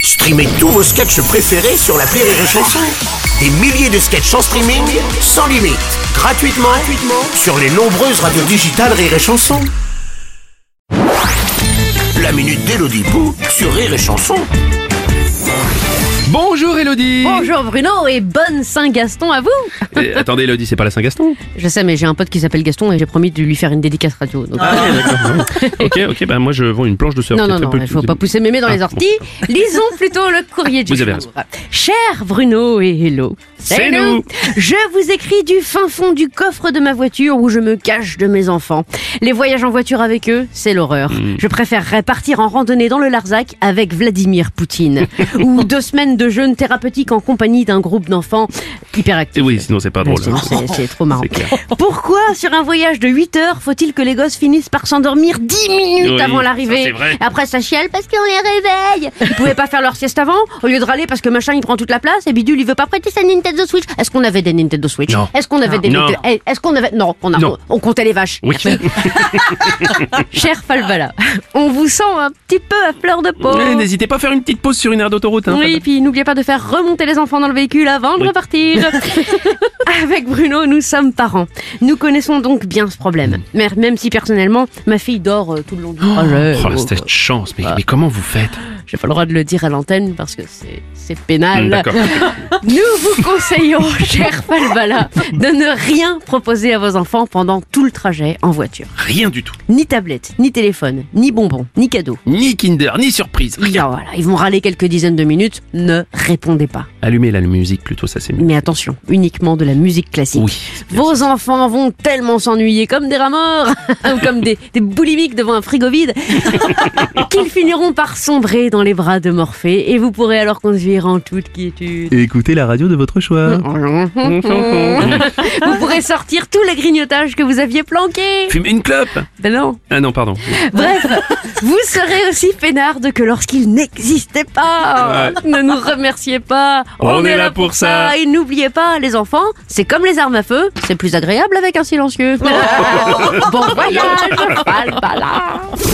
Streamez tous vos sketchs préférés sur la Rire et Chanson. Des milliers de sketchs en streaming, sans limite, gratuitement, gratuitement sur les nombreuses radios digitales Rire et Chanson. La minute d'Elodie Pou sur Rire et Chanson. Bonjour Elodie Eh, Bonjour Bruno et bonne Saint-Gaston à vous Attendez Elodie, c'est pas la Saint-Gaston Je sais mais j'ai un pote qui s'appelle Gaston et j'ai promis de lui faire une dédicace radio. donc- Ok, ok, bah moi je vends une planche de surf. Ah. non, qui est non, Ah, très non, peu- il faut pas pousser mémé dans les orties. Lisons plutôt le courrier du Vous avez jour. Cher Bruno et Hello. C'est nous. Je vous écris du fin fond du coffre de ma voiture où je me cache de mes enfants. Les voyages en voiture avec eux, c'est l'horreur. Hmm. Je préférerais partir en randonnée dans le Larzac avec Vladimir Poutine. ou deux semaines de jeûne thérapeutique en compagnie d'un groupe d'enfants hyperactifs. Eh Oui, sinon c'est pas drôle. Sinon, c'est- C'est trop marrant. C'est clair. Pourquoi, sur un voyage de 8 heures, faut-il que les gosses finissent par s'endormir 10 minutes Oui, avant ça, c'est l'arrivée vrai. Après, ça chiale parce qu'on les réveille. Ils pouvaient pas faire leur sieste avant, au lieu de râler parce que machin il prend toute la place et Bidule il veut pas prêter sa Nintendo Switch. Est-ce qu'on avait des Nintendo Switch Non. Est-ce qu'on avait des Non. Nintendo- Eh, Est-ce qu'on avait. Non, on, a- Non. on comptait les vaches. Oui. Cher Falvala, on vous sent un petit peu à fleur de peau. Eh, N'hésitez pas à faire une petite pause sur une aire d'autoroute. hein. Oh. Oui, puis n'oubliez pas de faire remonter les enfants dans le véhicule avant de Oui. repartir. Avec Bruno, nous sommes parents. Nous connaissons donc bien ce problème. Mais même si personnellement, ma fille dort euh, tout le long du projet. Mm. Oh, la cette chance, Ah. mais, mais comment vous faites oh. J'ai pas le droit de le dire à l'antenne parce que c'est- c'est pénal. Hmm, D'accord. Nous vous conseillons, cher Falbala, de ne rien proposer à vos enfants pendant tout le trajet en voiture. Rien du tout. Ni tablette, ni téléphone, ni bonbon, ni cadeau. Ni Kinder, ni surprise. Rien. Non, voilà, ils vont râler quelques dizaines de minutes. Ne répondez pas. Allumez la musique plutôt, ça c'est mieux. Mais attention, uniquement de la musique classique. Oui. c'est bien. Vos enfants vont tellement s'ennuyer comme des rats morts ou comme des, des boulimiques devant un frigo vide qu'ils finiront par sombrer dans les bras de Morphée et vous pourrez alors conduire en toute quiétude. Et écoutez la radio de votre choix. Mm. Vous pourrez sortir tous les grignotages que vous aviez planqués. Fumez une clope Ben non. Ah non, pardon. Bref, vous serez aussi peinarde que lorsqu'il n'existait pas. Ne nous remerciez pas. On est là pour ça. Et n'oubliez pas, les enfants, c'est comme les armes à feu, c'est plus agréable avec un silencieux. bon voyage, Falbala.